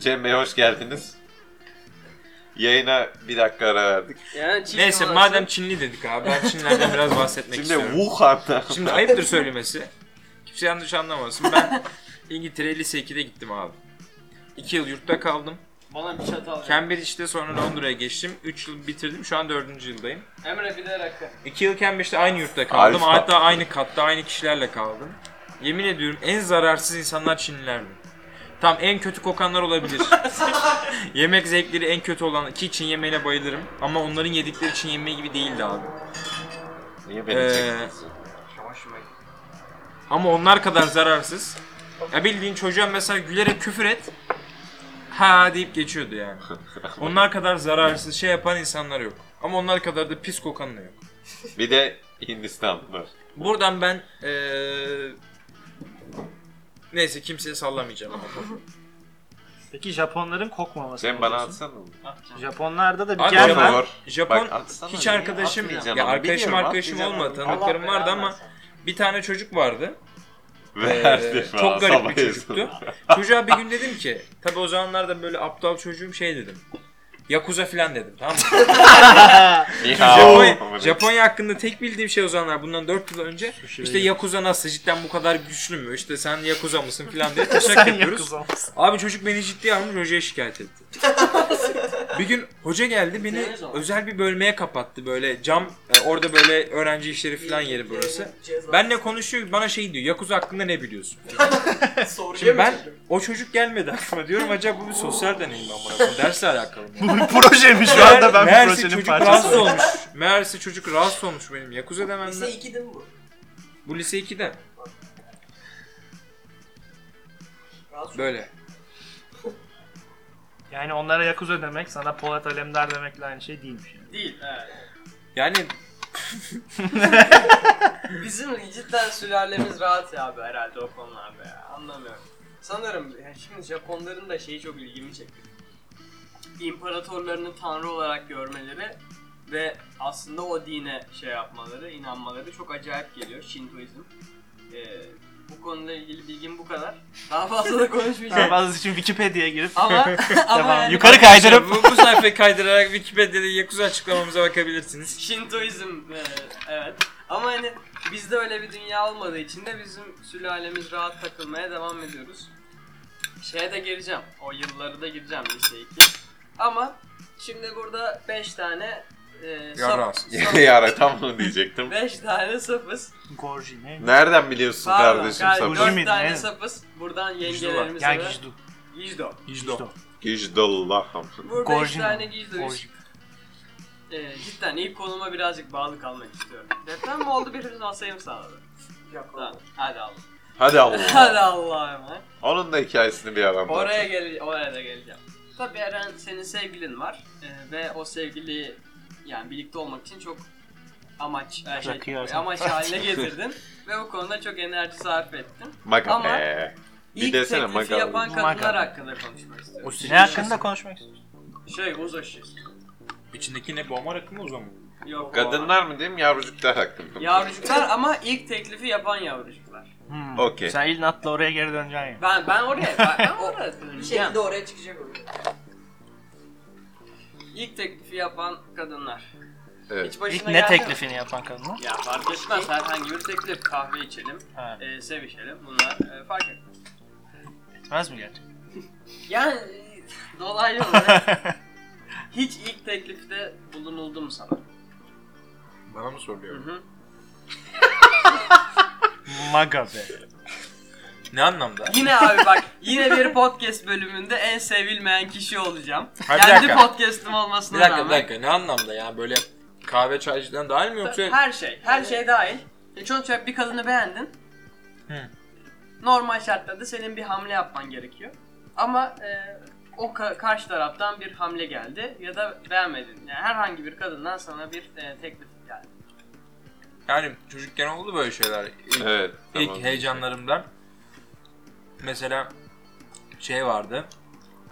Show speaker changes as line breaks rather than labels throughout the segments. Cem Bey hoş geldiniz. Yayına bir dakika ara verdik.
Yani Çin
Neyse
havası-
madem Çinli dedik abi ben Çinlerden biraz bahsetmek
Şimdi
istiyorum.
Wuhan'da.
Şimdi ayıptır söylemesi. Kimse yanlış anlamasın. Ben İngiltere'ye lise 2'de gittim abi. 2 yıl yurtta kaldım.
Bana bir çatal. ver.
Cambridge'de sonra Londra'ya geçtim. 3 yıl bitirdim. Şu an 4. yıldayım.
Emre bir de rakı.
2 yıl Cambridge'de aynı yurtta kaldım.
Alfa.
Hatta aynı katta aynı kişilerle kaldım. Yemin ediyorum en zararsız insanlar Çinlilerdi. Tam en kötü kokanlar olabilir. Yemek zevkleri en kötü olan ki Çin yemeğine bayılırım. Ama onların yedikleri Çin yemeği gibi değildi abi.
Niye beni
Ee,
çektiniz?
Ama onlar kadar zararsız. Ya bildiğin çocuğa mesela gülerek küfür et. Ha deyip geçiyordu yani. Onlar kadar zararsız şey yapan insanlar yok. Ama onlar kadar da pis kokan da yok.
Bir de Hindistanlılar.
Buradan ben eee neyse kimseye sallamayacağım ama.
Peki Japonların kokmaması.
Sen bana atsana. onu.
Japonlarda da bir
Abi
gel
Japon-
var.
Olur.
Japon
Bak, atsana
hiç
ya.
arkadaşım
Atmayacağım
ya
ama
arkadaşım
biliyorum,
arkadaşım
atmayacağım
olmadı
ama.
tanıdıklarım vardı ama bir tane çocuk vardı.
Verdi
Ee,
falan,
çok garip
şey sabah
bir çocuktu.
yazın.
Çocuğa bir gün dedim ki, tabii o zamanlarda böyle aptal çocuğum şey dedim. Yakuza filan dedim tamam mı?
Ni hao.
Japonya, Japonya hakkında tek bildiğim şey o zamanlar bundan 4 yıl önce işte Yakuza nasıl cidden bu kadar güçlü mü? İşte sen Yakuza mısın filan diye taşak
Sen
yapıyoruz.
Yakuza mısın?
Abi çocuk beni ciddiye almış hocaya şikayet etti. bir gün hoca geldi beni
Temiz oldu.
özel bir bölmeye kapattı böyle cam e, orada böyle öğrenci işleri filan yeri burası. Benle konuşuyor bana şey diyor Yakuza hakkında ne biliyorsun? Şimdi ben o çocuk gelmedi aklıma diyorum acaba bu bir sosyal deneyim mi amına koyayım dersle alakalı mı?
Bu bir projeymiş şu anda ben
Meğerse
bu projenin
çocuk
parçası.
rahatsız olmuş. Meğerse çocuk rahatsız olmuş benim Yakuza dememden.
Lise 2 değil mi bu?
Bu lise 2'de.
Rahatsız
Böyle.
Yani onlara Yakuza demek sana Polat Alemdar demekle aynı şey değilmiş. Yani.
Değil. Evet.
Yani
Bizim cidden sülalemiz rahat ya abi herhalde o konularda ya. Anlamıyorum. Sanırım yani şimdi Japonların da şeyi çok ilgimi çekti. İmparatorlarını tanrı olarak görmeleri ve aslında o dine şey yapmaları, inanmaları çok acayip geliyor Şintoizm. Ee, bu konuyla ilgili bilgim bu kadar. Daha fazla da
Tamam,
konuşmayacağım.
bazısı için Wikipedia'ya girip
ama ama
Devam.
yani
Yukarı kaydırıp
bu, bu sayfayı kaydırarak Wikipedia'da Yakuza açıklamamıza bakabilirsiniz.
Şintoizm e, evet. Ama hani bizde öyle bir dünya olmadığı için de bizim sülalemiz rahat takılmaya devam ediyoruz. Şeye de gireceğim. O yılları da gireceğim lise 2. Ama şimdi burada 5 tane e,
Yararsız.
Yara tam onu diyecektim.
5 tane sapız.
Gorji ne?
Nereden biliyorsun
Pardon,
kardeşim
galiba
sabah?
Gorji
dört
miydi,
tane
ne?
sapız. Buradan
Ya
yengelerimize ve
Gijdu.
Gijdo.
Gijdu.
Gijdallahım.
Burada 3
Gorji
tane
mi?
Gijdo.
Gorji.
E, cidden ilk konuma birazcık bağlı kalmak istiyorum. Deprem mi oldu birimiz masayı mı sağladı? Yok oldu. Hadi Allah.
Hadi Allah.
Hadi Allah'ım. ha.
Onun da hikayesini bir aram.
Oraya gel oraya da geleceğim. Tabii Eren senin sevgilin var Ee, ve o sevgili yani birlikte olmak için çok amaç her şey
Bırakıyorsun.
amaç haline getirdin ve bu konuda çok enerji sarf ettin.
Maga
Ama-
be. Bir
İlk
desene,
teklifi
makarna.
yapan kadınlar
Makarna.
hakkında konuşmak istiyorum.
Ne hakkında konuşmak istiyorsun?
Şey uzaşız.
İçindeki ne bomba rakı mı o zaman?
Yok.
Kadınlar mı diyeyim yavrucuklar hakkında. mı?
Yavrucuklar ama ilk teklifi yapan yavrucuklar.
Hmm.
Okey.
Sen İlnat'la oraya geri döneceksin ya.
Ben ben oraya ben, ben oraya
Şey, Bir
döneceğim.
şekilde oraya çıkacak o.
İlk teklifi yapan kadınlar.
Evet.
Hiç başına
İlk ne
geldi mi?
teklifini yapan kadına?
Ya fark etmez herhangi bir teklif kahve içelim.
Ha,
e, sevişelim. Bunlar e, fark etmez.
etmez mi gerçekten?
Yani e, dolaylı olarak hiç ilk teklifte bulunuldu mu sana?
Bana mı soruyor?
Hı-hı.
Maga be.
Ne anlamda?
Yine abi bak yine bir podcast bölümünde en sevilmeyen kişi olacağım.
Ha, bir
Kendi
dakika.
podcast'ım olmasına
Bir dakika bir
rağmen.
dakika ne anlamda ya böyle kahve çaycıdan dahil mi yoksa
Her şey, her şey dahil. E, Sonuç olarak bir kadını beğendin.
Hı.
Normal şartlarda senin bir hamle yapman gerekiyor. Ama e, o ka- karşı taraftan bir hamle geldi ya da beğenmedin. Yani herhangi bir kadından sana bir e, teklif geldi.
yani çocukken oldu böyle şeyler ilk,
Evet.
ilk
tamam.
heyecanlarımdan mesela şey vardı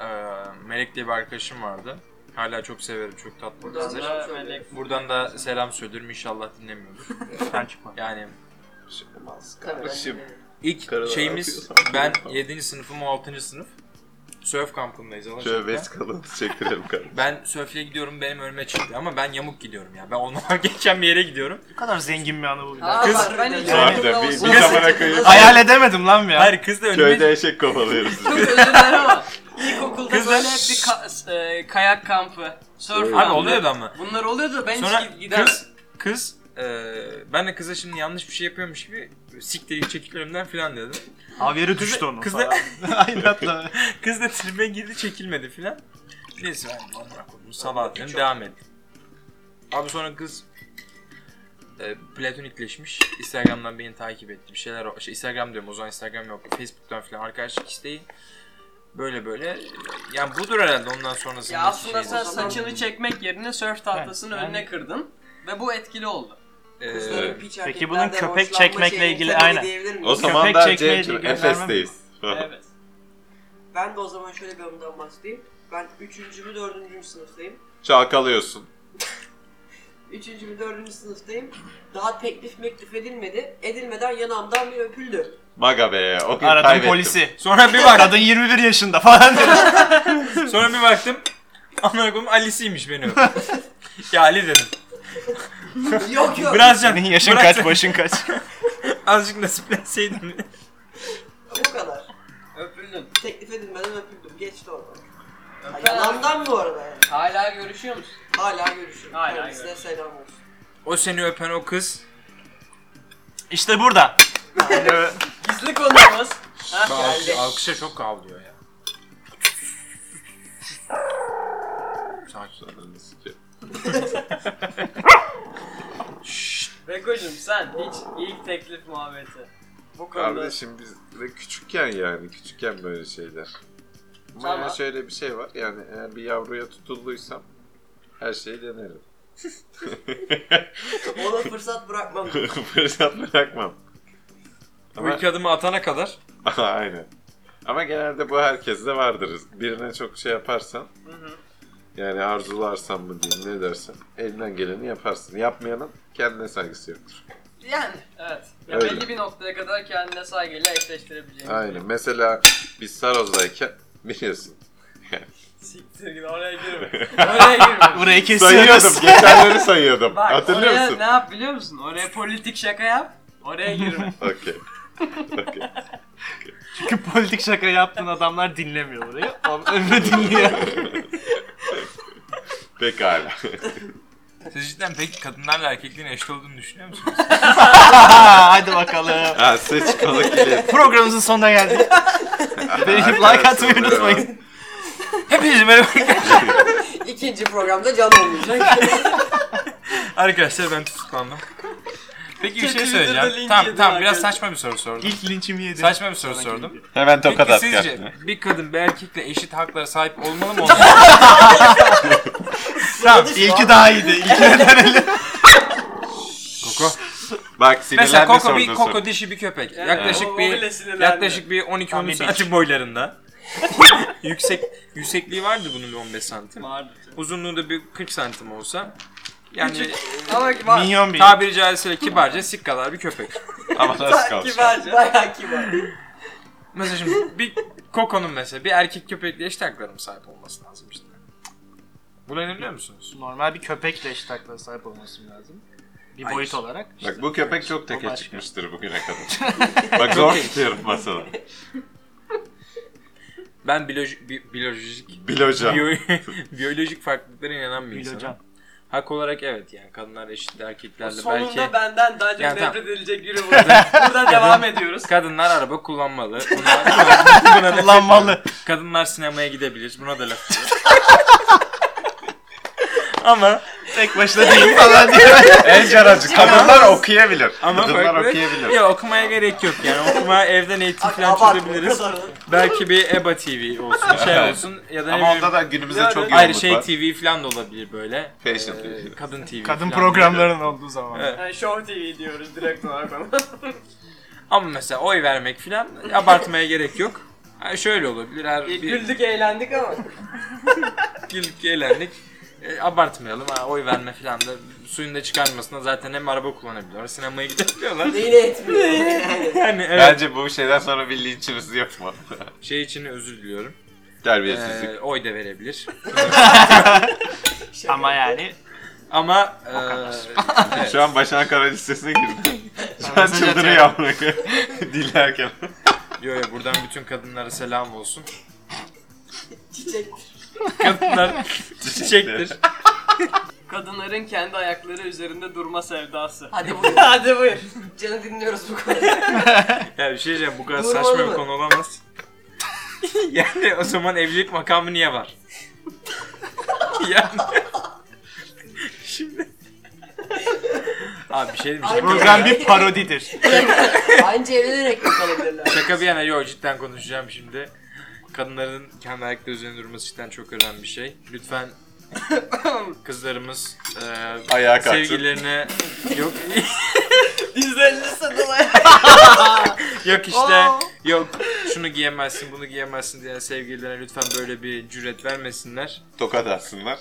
Eee Melek diye bir arkadaşım vardı hala çok severim çok tatlı bir kızdır.
Sonra melek-
Buradan da selam söylüyorum inşallah dinlemiyordur.
Sen çıkma.
Yani
Olmaz
Tabii.
kardeşim.
ilk
Karalar
şeyimiz
atıyorsan-
ben 7. sınıfım o 6. sınıf. Surf kampındayız. Alaçatı'da.
Şöyle vesikalı çektirelim kardeşim.
Ben sörfle gidiyorum benim önüme çıktı ama ben yamuk gidiyorum ya. Ben ondan geçen bir yere gidiyorum.
Ne kadar zengin bir anı bu.
Aa,
Kız-
bak, ben hiç
Harbiden
yanımda
bir- bir
olsam-
zamana koyuyorsun.
Hayal edemedim lan ya.
Hayır kız da önüme...
Köyde eşek kovalıyoruz
Çok
biz.
özür dilerim ama ilkokulda
Kızlar-
böyle hep bir ka- e, kayak kampı, surf
Abi
Abi
kampı.
oluyordu ama.
Bunlar oluyordu ben
Sonra
hiç gi- gidemem.
kız, kız eee, ben de kıza şimdi yanlış bir şey yapıyormuş gibi siktir git çekil önümden falan dedim.
Abi yere düştü onun
kız-
falan. Aynen öyle.
Kız da tribe girdi çekilmedi filan. Neyse ben amına koydum sabah dedim devam ettim. Abi sonra kız e, platonikleşmiş. Instagram'dan beni takip etti. Bir şeyler şey, Instagram diyorum o zaman Instagram yok. Facebook'tan filan arkadaşlık isteği. Böyle böyle. Yani budur herhalde ondan sonrası.
Ya aslında sen saçını çekmek yerine surf tahtasını
Evet, yani-
önüne kırdın ve bu etkili oldu.
E,
Evet.
Ee, Peki bunun köpek
şey,
çekmekle ilgili aynen.
O zaman
Köpek
da
çekmeye
Cem'cim
göndermem.
Efes'teyiz.
Evet.
Ben de o zaman şöyle bir anımdan bahsedeyim. Ben 3. mü 4. mü sınıftayım.
Çalkalıyorsun.
3. mü 4. sınıftayım. Daha teklif meklif edilmedi. Edilmeden yanağımdan bir öpüldü.
Maga be. O gün
Aradım
kaybettim.
polisi.
Sonra bir bak,
Kadın 21 yaşında falan dedi.
sonra bir baktım. Amına koyayım Ali'siymiş beni öpen. ya Ali dedim.
yok yok.
Birazcan
Senin yaşın kaç, başın kaç.
azıcık nasiplenseydin.
Bu kadar.
Öpüldün.
Teklif edilmeden öpüldüm. Geçti oradan. Ha,
Öpüldün.
Yanağımdan bu arada yani.
Hala görüşüyor musun?
Hala görüşürüm.
Hala
Kendisine selam olsun.
O seni öpen o kız.
İşte burada.
Gizli konumuz. Hah,
Alkış,
geldi.
alkışa çok kavlıyor ya. Sakin.
Ananı sikeyim.
Bekocuğum sen hiç ilk teklif muhabbeti. Bu konuda
Kardeşim biz de küçükken yani küçükken böyle şeyler. Ama
Tamam.
yani şöyle bir şey var yani eğer bir yavruya tutulduysam her şeyi denerim.
Ona fırsat bırakmam.
Fırsat bırakmam.
Bu
Ama,
iki adımı atana kadar
aynen. Ama genelde bu herkeste vardır. Birine çok şey yaparsan yani arzularsan mı diyeyim ne dersen elinden geleni yaparsın. Yapmayanın kendine saygısı yoktur.
yani evet. Ya
Öyle.
belli bir noktaya kadar kendine saygıyla eşleştirebileceğimiz.
Aynen. Mesela biz Saroz'dayken biliyorsun.
Siktir git oraya girme. Oraya girme.
Burayı
Sayıyordum.
kesiyoruz.
Geçenleri sayıyordum.
Bak
Hatırlıyor
oraya
musun?
ne yap biliyor musun? Oraya politik şaka yap. Oraya girme.
Okey. Okey.
Çünkü politik şaka yaptığın adamlar dinlemiyor burayı. Ömrü dinliyor.
Pekala.
siz cidden peki kadınlarla erkekliğin eşit olduğunu düşünüyor musunuz?
Hadi bakalım.
Ha seç kalı kilit.
Programımızın sonuna geldik. Beğenip like atmayı unutmayın.
Hepinize merhaba.
İkinci programda can olmayacak.
Arkadaşlar ben tutuklandım. Peki bir şey
Twitter'da
söyleyeceğim.
link
Tamam
yedim
tamam biraz
arkadaşlar.
saçma bir soru sordum.
İlk linçimi yedim.
Saçma bir soru sordum.
Hemen
Peki sizce bir kadın bir erkekle eşit haklara sahip olmalı mı? olmalı mı?
Tamam, İlki daha iyiydi. İlkine dönelim.
Koko.
Bak
Mesela
sinirlendi
Koko bir
sorduğun soru.
Koko dişi bir köpek.
Evet.
Yaklaşık
O- o
bir
bile sinirlendi.
yaklaşık bir
Tam
12-13
bir
santim boylarında. Yüksek yüksekliği vardı bunun bir 15 santim.
Vardı.
Uzunluğu da bir 40 santim olsa. Yani
Ama var.
Minyon bir.
tabiri caizse kibarca sikkalar bir köpek.
Ama nasıl kalacak?
Bayağı kibar.
Mesela şimdi bir kokonun mesela bir erkek köpekle eşit haklarına sahip olması lazım işte. Buna inanıyor musunuz?
Normal bir köpekle eşit haklara sahip olması lazım. Bir
Hayır.
boyut olarak.
Bak bu köpek çok
O
teke
başka.
çıkmıştır bugüne kadar. Bak zor tutuyorum masada.
Ben biyoloji, bi- biyolojik
Biloca.
biyo- biyolojik farklılıklara inanan bir
Bilocam.
insanım. Hak olarak evet yani kadınlar eşit erkeklerle
Sonunda
belki
benden daha çok
Yani tamam.
nefret edilecek biri buldu. Buradan devam ediyoruz.
kadınlar araba kullanmalı. Buna, buna- buna laf
Kullanmalı.
etmiyorum. Kadınlar sinemaya gidebilir. Buna da laf ediyorum. Ama
Tek başına değil falan diye.
en caracık. Kadınlar okuyabilir.
ama şey
Kadınlar
farklı-
okuyabilir.
Ya okumaya gerek yok yani. Okuma evden eğitim falan çözebiliriz. Belki bir EBA TV olsun, şey
Evet.
olsun ya da ne
Ama
bileyim,
onda da günümüzde
Yani-
çok yoğunluk
ayrı şey
var.
TV falan da olabilir böyle.
Fashion
Ee,
TV.
Kadın TV.
Kadın
falan.
programların olduğu zaman.
Evet.
Yani Show TV diyoruz direkt olarak ona.
Ama mesela oy vermek falan abartmaya gerek yok. Yani şöyle olabilir. Her
İyi,
bir
Güldük eğlendik ama.
yıllık eğlendik. E, abartmayalım. Ha, oy verme falan da suyunda çıkarmasına zaten hem araba kullanabiliyorlar, sinemaya gidebiliyorlar.
Neyine etmiyor. Yani.
yani evet.
Bence bu şeyden sonra bir linçimiz yok mu?
Şey için özür diliyorum.
Terbiyesizlik.
Ee, oy da verebilir.
Ama yani
Ama e, evet.
Şu an Başan Kara listesine girdi. Şu an
Mesaj
çıldırıyor
atıyorum.
amına koyayım. Dinlerken.
yo, yo, buradan bütün kadınlara selam olsun.
Çiçek.
Kadınlar çiçektir.
Kadınların kendi ayakları üzerinde durma sevdası.
Hadi buyur.
Hadi buyur.
Canı dinliyoruz bu konuda.
Ya bir şey diyeceğim bu kadar
Durmalı
saçma bir
mı?
konu olamaz. yani o zaman evlilik makamı niye var? yani... Şimdi... Abi bir şey diyeyim mi? Şaka-
program bir parodidir.
Anca evlenerek mi kalabilirler?
Şaka bir yana yok cidden konuşacağım şimdi. Kadınların kendi ayakları üzerinde durması cidden çok önemli bir şey. Lütfen kızlarımız eee
Ayağa kalktı.
sevgilerine yok
Dizlerini sadılar.
yok işte yok şunu giyemezsin bunu giyemezsin diye sevgililerine lütfen böyle bir cüret vermesinler.
Tokat atsınlar.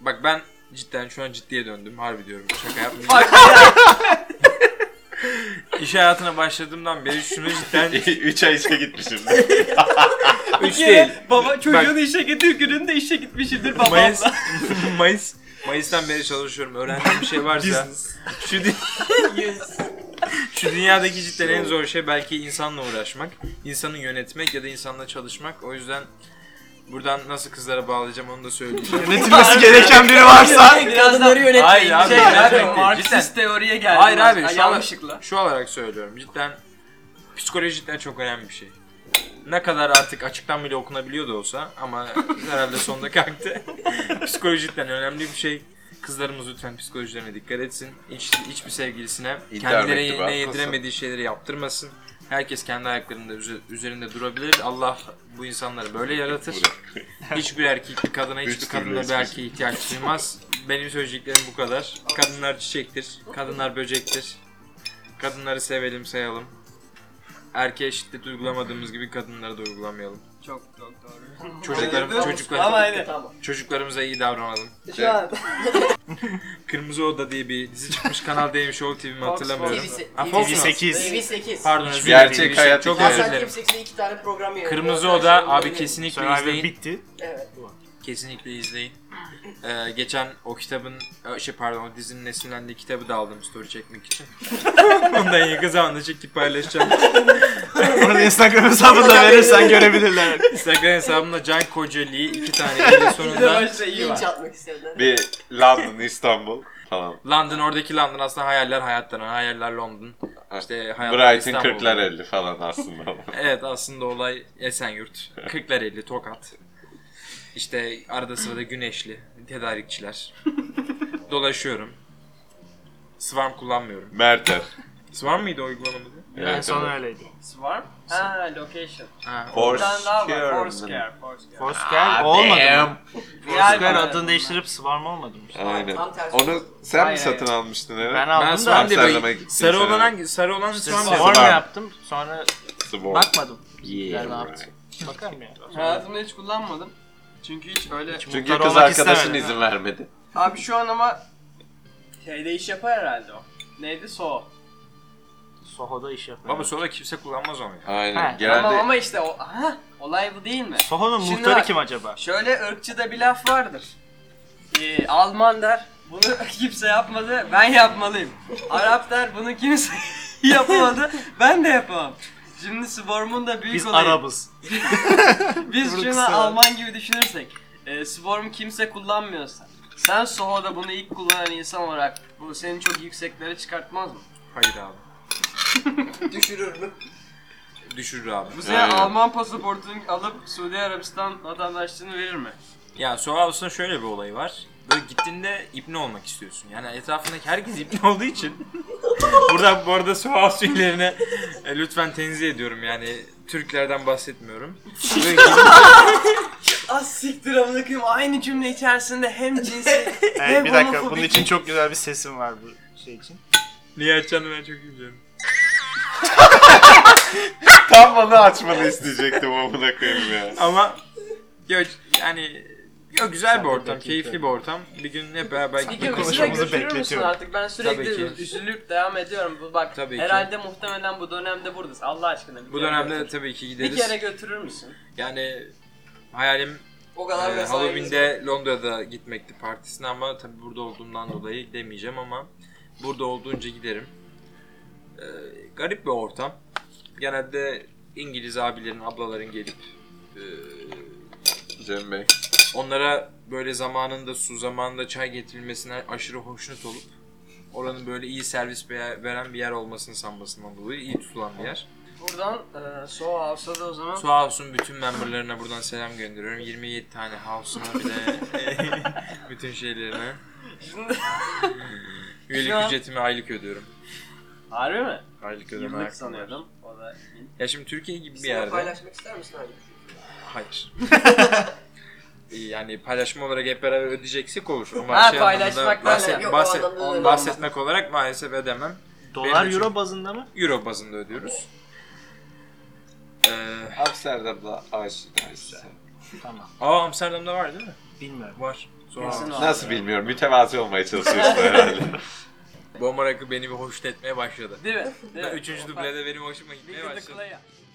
Bak ben cidden şu an ciddiye döndüm. Harbi diyorum. Şaka yapmıyorum.
Bak ya.
İş hayatına başladığımdan beri şunu cidden
3 ay işe gitmişim.
3 değil.
Baba çocuğun
Bak.
işe gittiği gününde işe gitmişidir
Mayıs,
babamla.
Mayıs, Mayıs'tan beri çalışıyorum. Öğrendiğim bir şey varsa şu, dü- şu dünyadaki cidden en zor şey belki insanla uğraşmak. insanı yönetmek ya da insanla çalışmak. O yüzden buradan nasıl kızlara bağlayacağım onu da söyleyeceğim.
Yönetilmesi gereken biri varsa
Biraz daha yönetmeyin.
Hayır abi,
Şey,
yönetmek
abi,
değil,
Marksist
cidden.
teoriye geldi.
Hayır abi,
Ay,
şu an-
yanlışlıkla.
Şu olarak söylüyorum. Cidden psikoloji cidden çok önemli bir şey. Ne kadar artık açıktan bile okunabiliyor da olsa ama herhalde sonunda kalktı. psikoloji cidden önemli bir şey. Kızlarımız lütfen psikolojilerine dikkat etsin. Hiç, hiçbir sevgilisine
İntihar mektubu
kendilerine
atmasın.
yediremediği şeyleri yaptırmasın. Herkes kendi ayaklarında üze- üzerinde durabilir. Allah bu insanları böyle yaratır. Hiçbir erkek bir kadına,
Üç
hiçbir
türlü
kadına bir
resmi.
erkeğe ihtiyaç duymaz. Benim söyleyeceklerim bu kadar. Kadınlar çiçektir, kadınlar böcektir. Kadınları sevelim, sayalım. Erkeğe şiddet uygulamadığımız gibi kadınlara da uygulamayalım.
Çok çok doğru.
Çocuklarım,
Ama
çocuklar,
hani
Tamam.
çocuklarımıza iyi davranalım.
Şey,
şu an
Kırmızı Oda diye bir dizi çıkmış Kanal D'yim Show TV mi
Fox,
hatırlamıyorum.
Fox. TV8.
Ha, Fox
şey.
mu?
TV8.
TV8.
Pardon özür dilerim. şey-
Gerçek hayat
Çok
hikayesi.
özür
Hasan
dilerim.
Kimsek'te iki tane program yayınlıyor.
Kırmızı
Arkadaşlar,
Oda abi
yayınlıyor.
kesinlikle
Survivor
izleyin.
bitti.
Evet.
Kesinlikle izleyin. Ee, geçen o kitabın, e, şey pardon o dizinin esinlendiği kitabı da aldım story çekmek için. Ondan yakın zamanda çekip paylaşacağım.
Orada Instagram hesabını da verirsen görebilirler.
Instagram hesabımda Can Kocaeli'yi iki tane ile
bir de
sonunda
başta iyi var.
Linç atmak isteyenler.
bir London, İstanbul falan.
London oradaki London aslında hayaller hayattan, hayaller London. İşte hayatlar
Brighton
İstanbul.
40'lar 50 falan aslında.
Evet aslında olay Esenyurt. Kırklareli, Tokat. İşte arada sırada güneşli, tedarikçiler. Dolaşıyorum. Swarm kullanmıyorum.
Merter.
Swarm mıydı o uygulamanın adı?
en son öyleydi.
Swarm? Ha, location.
Ha, o-
Bir tane daha var.
Foursquare.
Foursquare. Foursquare.
Foursquare olmadı mı? Foursquare
Yani-
adını değiştirip Swarm olmadı mı?
Aynen.
Tam tersi.
Onu sen
Hayır,
mi satın
hayır.
almıştın Eren?
Ben
ben
aldım da
Swarm diye böyle-
Amsterdam'a gittim
sarı
sana.
olan hangi? Sarı olan Swarm diye.
Swarm
Swarm.
yaptım sonra
Swarm.
bakmadım.
Yeah,
Ben
right.
yaptım. Bakarım ya.
Hayatımda hiç kullanmadım. Çünkü hiç öyle...
Çünkü
Muhtar
kız
olmak
arkadaşın
istemedim.
izin vermedi.
Abi şu an ama şeyde iş yapar herhalde o. Neydi? So.
Soho'da iş yapıyorum.
Baba sonra kimse kullanmaz onu ya.
Aynen.
He,
Genelde
Tamam ama işte o... Aha, olay bu değil mi?
Soho'nun
Şimdi
muhtarı
bak-
kim acaba?
Şöyle ırkçıda bir laf vardır. Ee, Alman der, bunu kimse yapmadı, ben yapmalıyım. Arap der, bunu kimse yapamadı, ben de yapamam. Şimdi Swarm'un da büyük
Biz
olayı.
Arabız.
Biz şunu
kısa.
Alman gibi düşünürsek, e, Swarm kimse kullanmıyorsa, sen Soho'da bunu ilk kullanan insan olarak bu seni çok yükseklere çıkartmaz mı?
Hayır abi.
Düşürür mü?
Düşürür abi.
Bu seni
Aynen.
Alman pasaportunu alıp Suudi Arabistan vatandaşlığını verir mi?
Ya Soho House'un şöyle bir olayı var. Böyle gittiğinde ipne olmak istiyorsun. Yani etrafındaki herkes ipne olduğu için. Burada bu arada Soho House üyelerine e, lütfen tenzih ediyorum yani. Türklerden bahsetmiyorum. Böyle gidip-
Az siktir amına koyayım aynı cümle içerisinde hem cinsi
Evet, bir dakika bunun
homofobik-
için çok güzel bir sesim var bu şey için.
Niye açacağını ben çok iyi biliyorum.
tam onu açmanı isteyecektim amına koyayım ya.
Ama yok yani Yok güzel bir
Sen de
ortam,
bekle.
keyifli bir ortam. Bir gün hep beraber
Bir
gitmek
gün bizi de
konuşmamızı
götürür müsün
bekletiyorum.
artık? Ben
Tabii ki.
sürekli üzülüp devam ediyorum. Bu Bak
Tabii ki.
herhalde muhtemelen bu dönemde buradasın. Allah aşkına. Bir
Bu
kere
dönemde
götür.
tabii ki
Bir
gideriz.
kere götürür müsün?
Yani hayalim
O
e,
kadar vesaire.
Halloween'de Londra'da gitmekti partisine ama tabii burada olduğumdan dolayı gidemeyeceğim ama burada olduğunca giderim. E, garip bir ortam. Genelde İngiliz abilerin, ablaların gelip e,
Cem Bey.
onlara böyle zamanında su zamanında çay getirilmesine aşırı hoşnut olup oranın böyle iyi servis be- veren bir yer olmasını sanmasından dolayı iyi tutulan bir yer.
Buradan e, Soho House'a da o zaman.
Su House'un bütün memberlerine buradan selam gönderiyorum. 27 tane House'una bir de bütün şeylerine.
Şimdi...
Üyelik
Şu an-
ücretimi aylık ödüyorum.
Harbi mi?
Aylık ödeme
Yıllık
hakkım var.
sanıyordum. O da
Ya şimdi Türkiye gibi bir
Bizimle
yerde.
paylaşmak ister misin abi?
Hayır. yani paylaşma olarak hep beraber ödeyeceksek olur. Ama
Ha,
şey anlamında
paylaşmakla-
bahset,
Yok, o
bahset-
anlamda öyle olmaz.
bahsetmek olarak maalesef ödemem.
Dolar
Benim için-
euro bazında mı?
Euro bazında ödüyoruz. Ee,
Amsterdam'da aşina.
Tamam.
aa Amsterdam'da var değil mi?
Bilmiyorum.
Var.
Kesin o.
Nasıl bilmiyorum. Mütevazi olmaya çalışıyorsun herhalde.
Bomba rakı beni bir hoşnut etmeye başladı.
Değil mi? Değil mi?
Üçüncü dublede benim hoşuma gitmeye
Look at the
başladı.
player.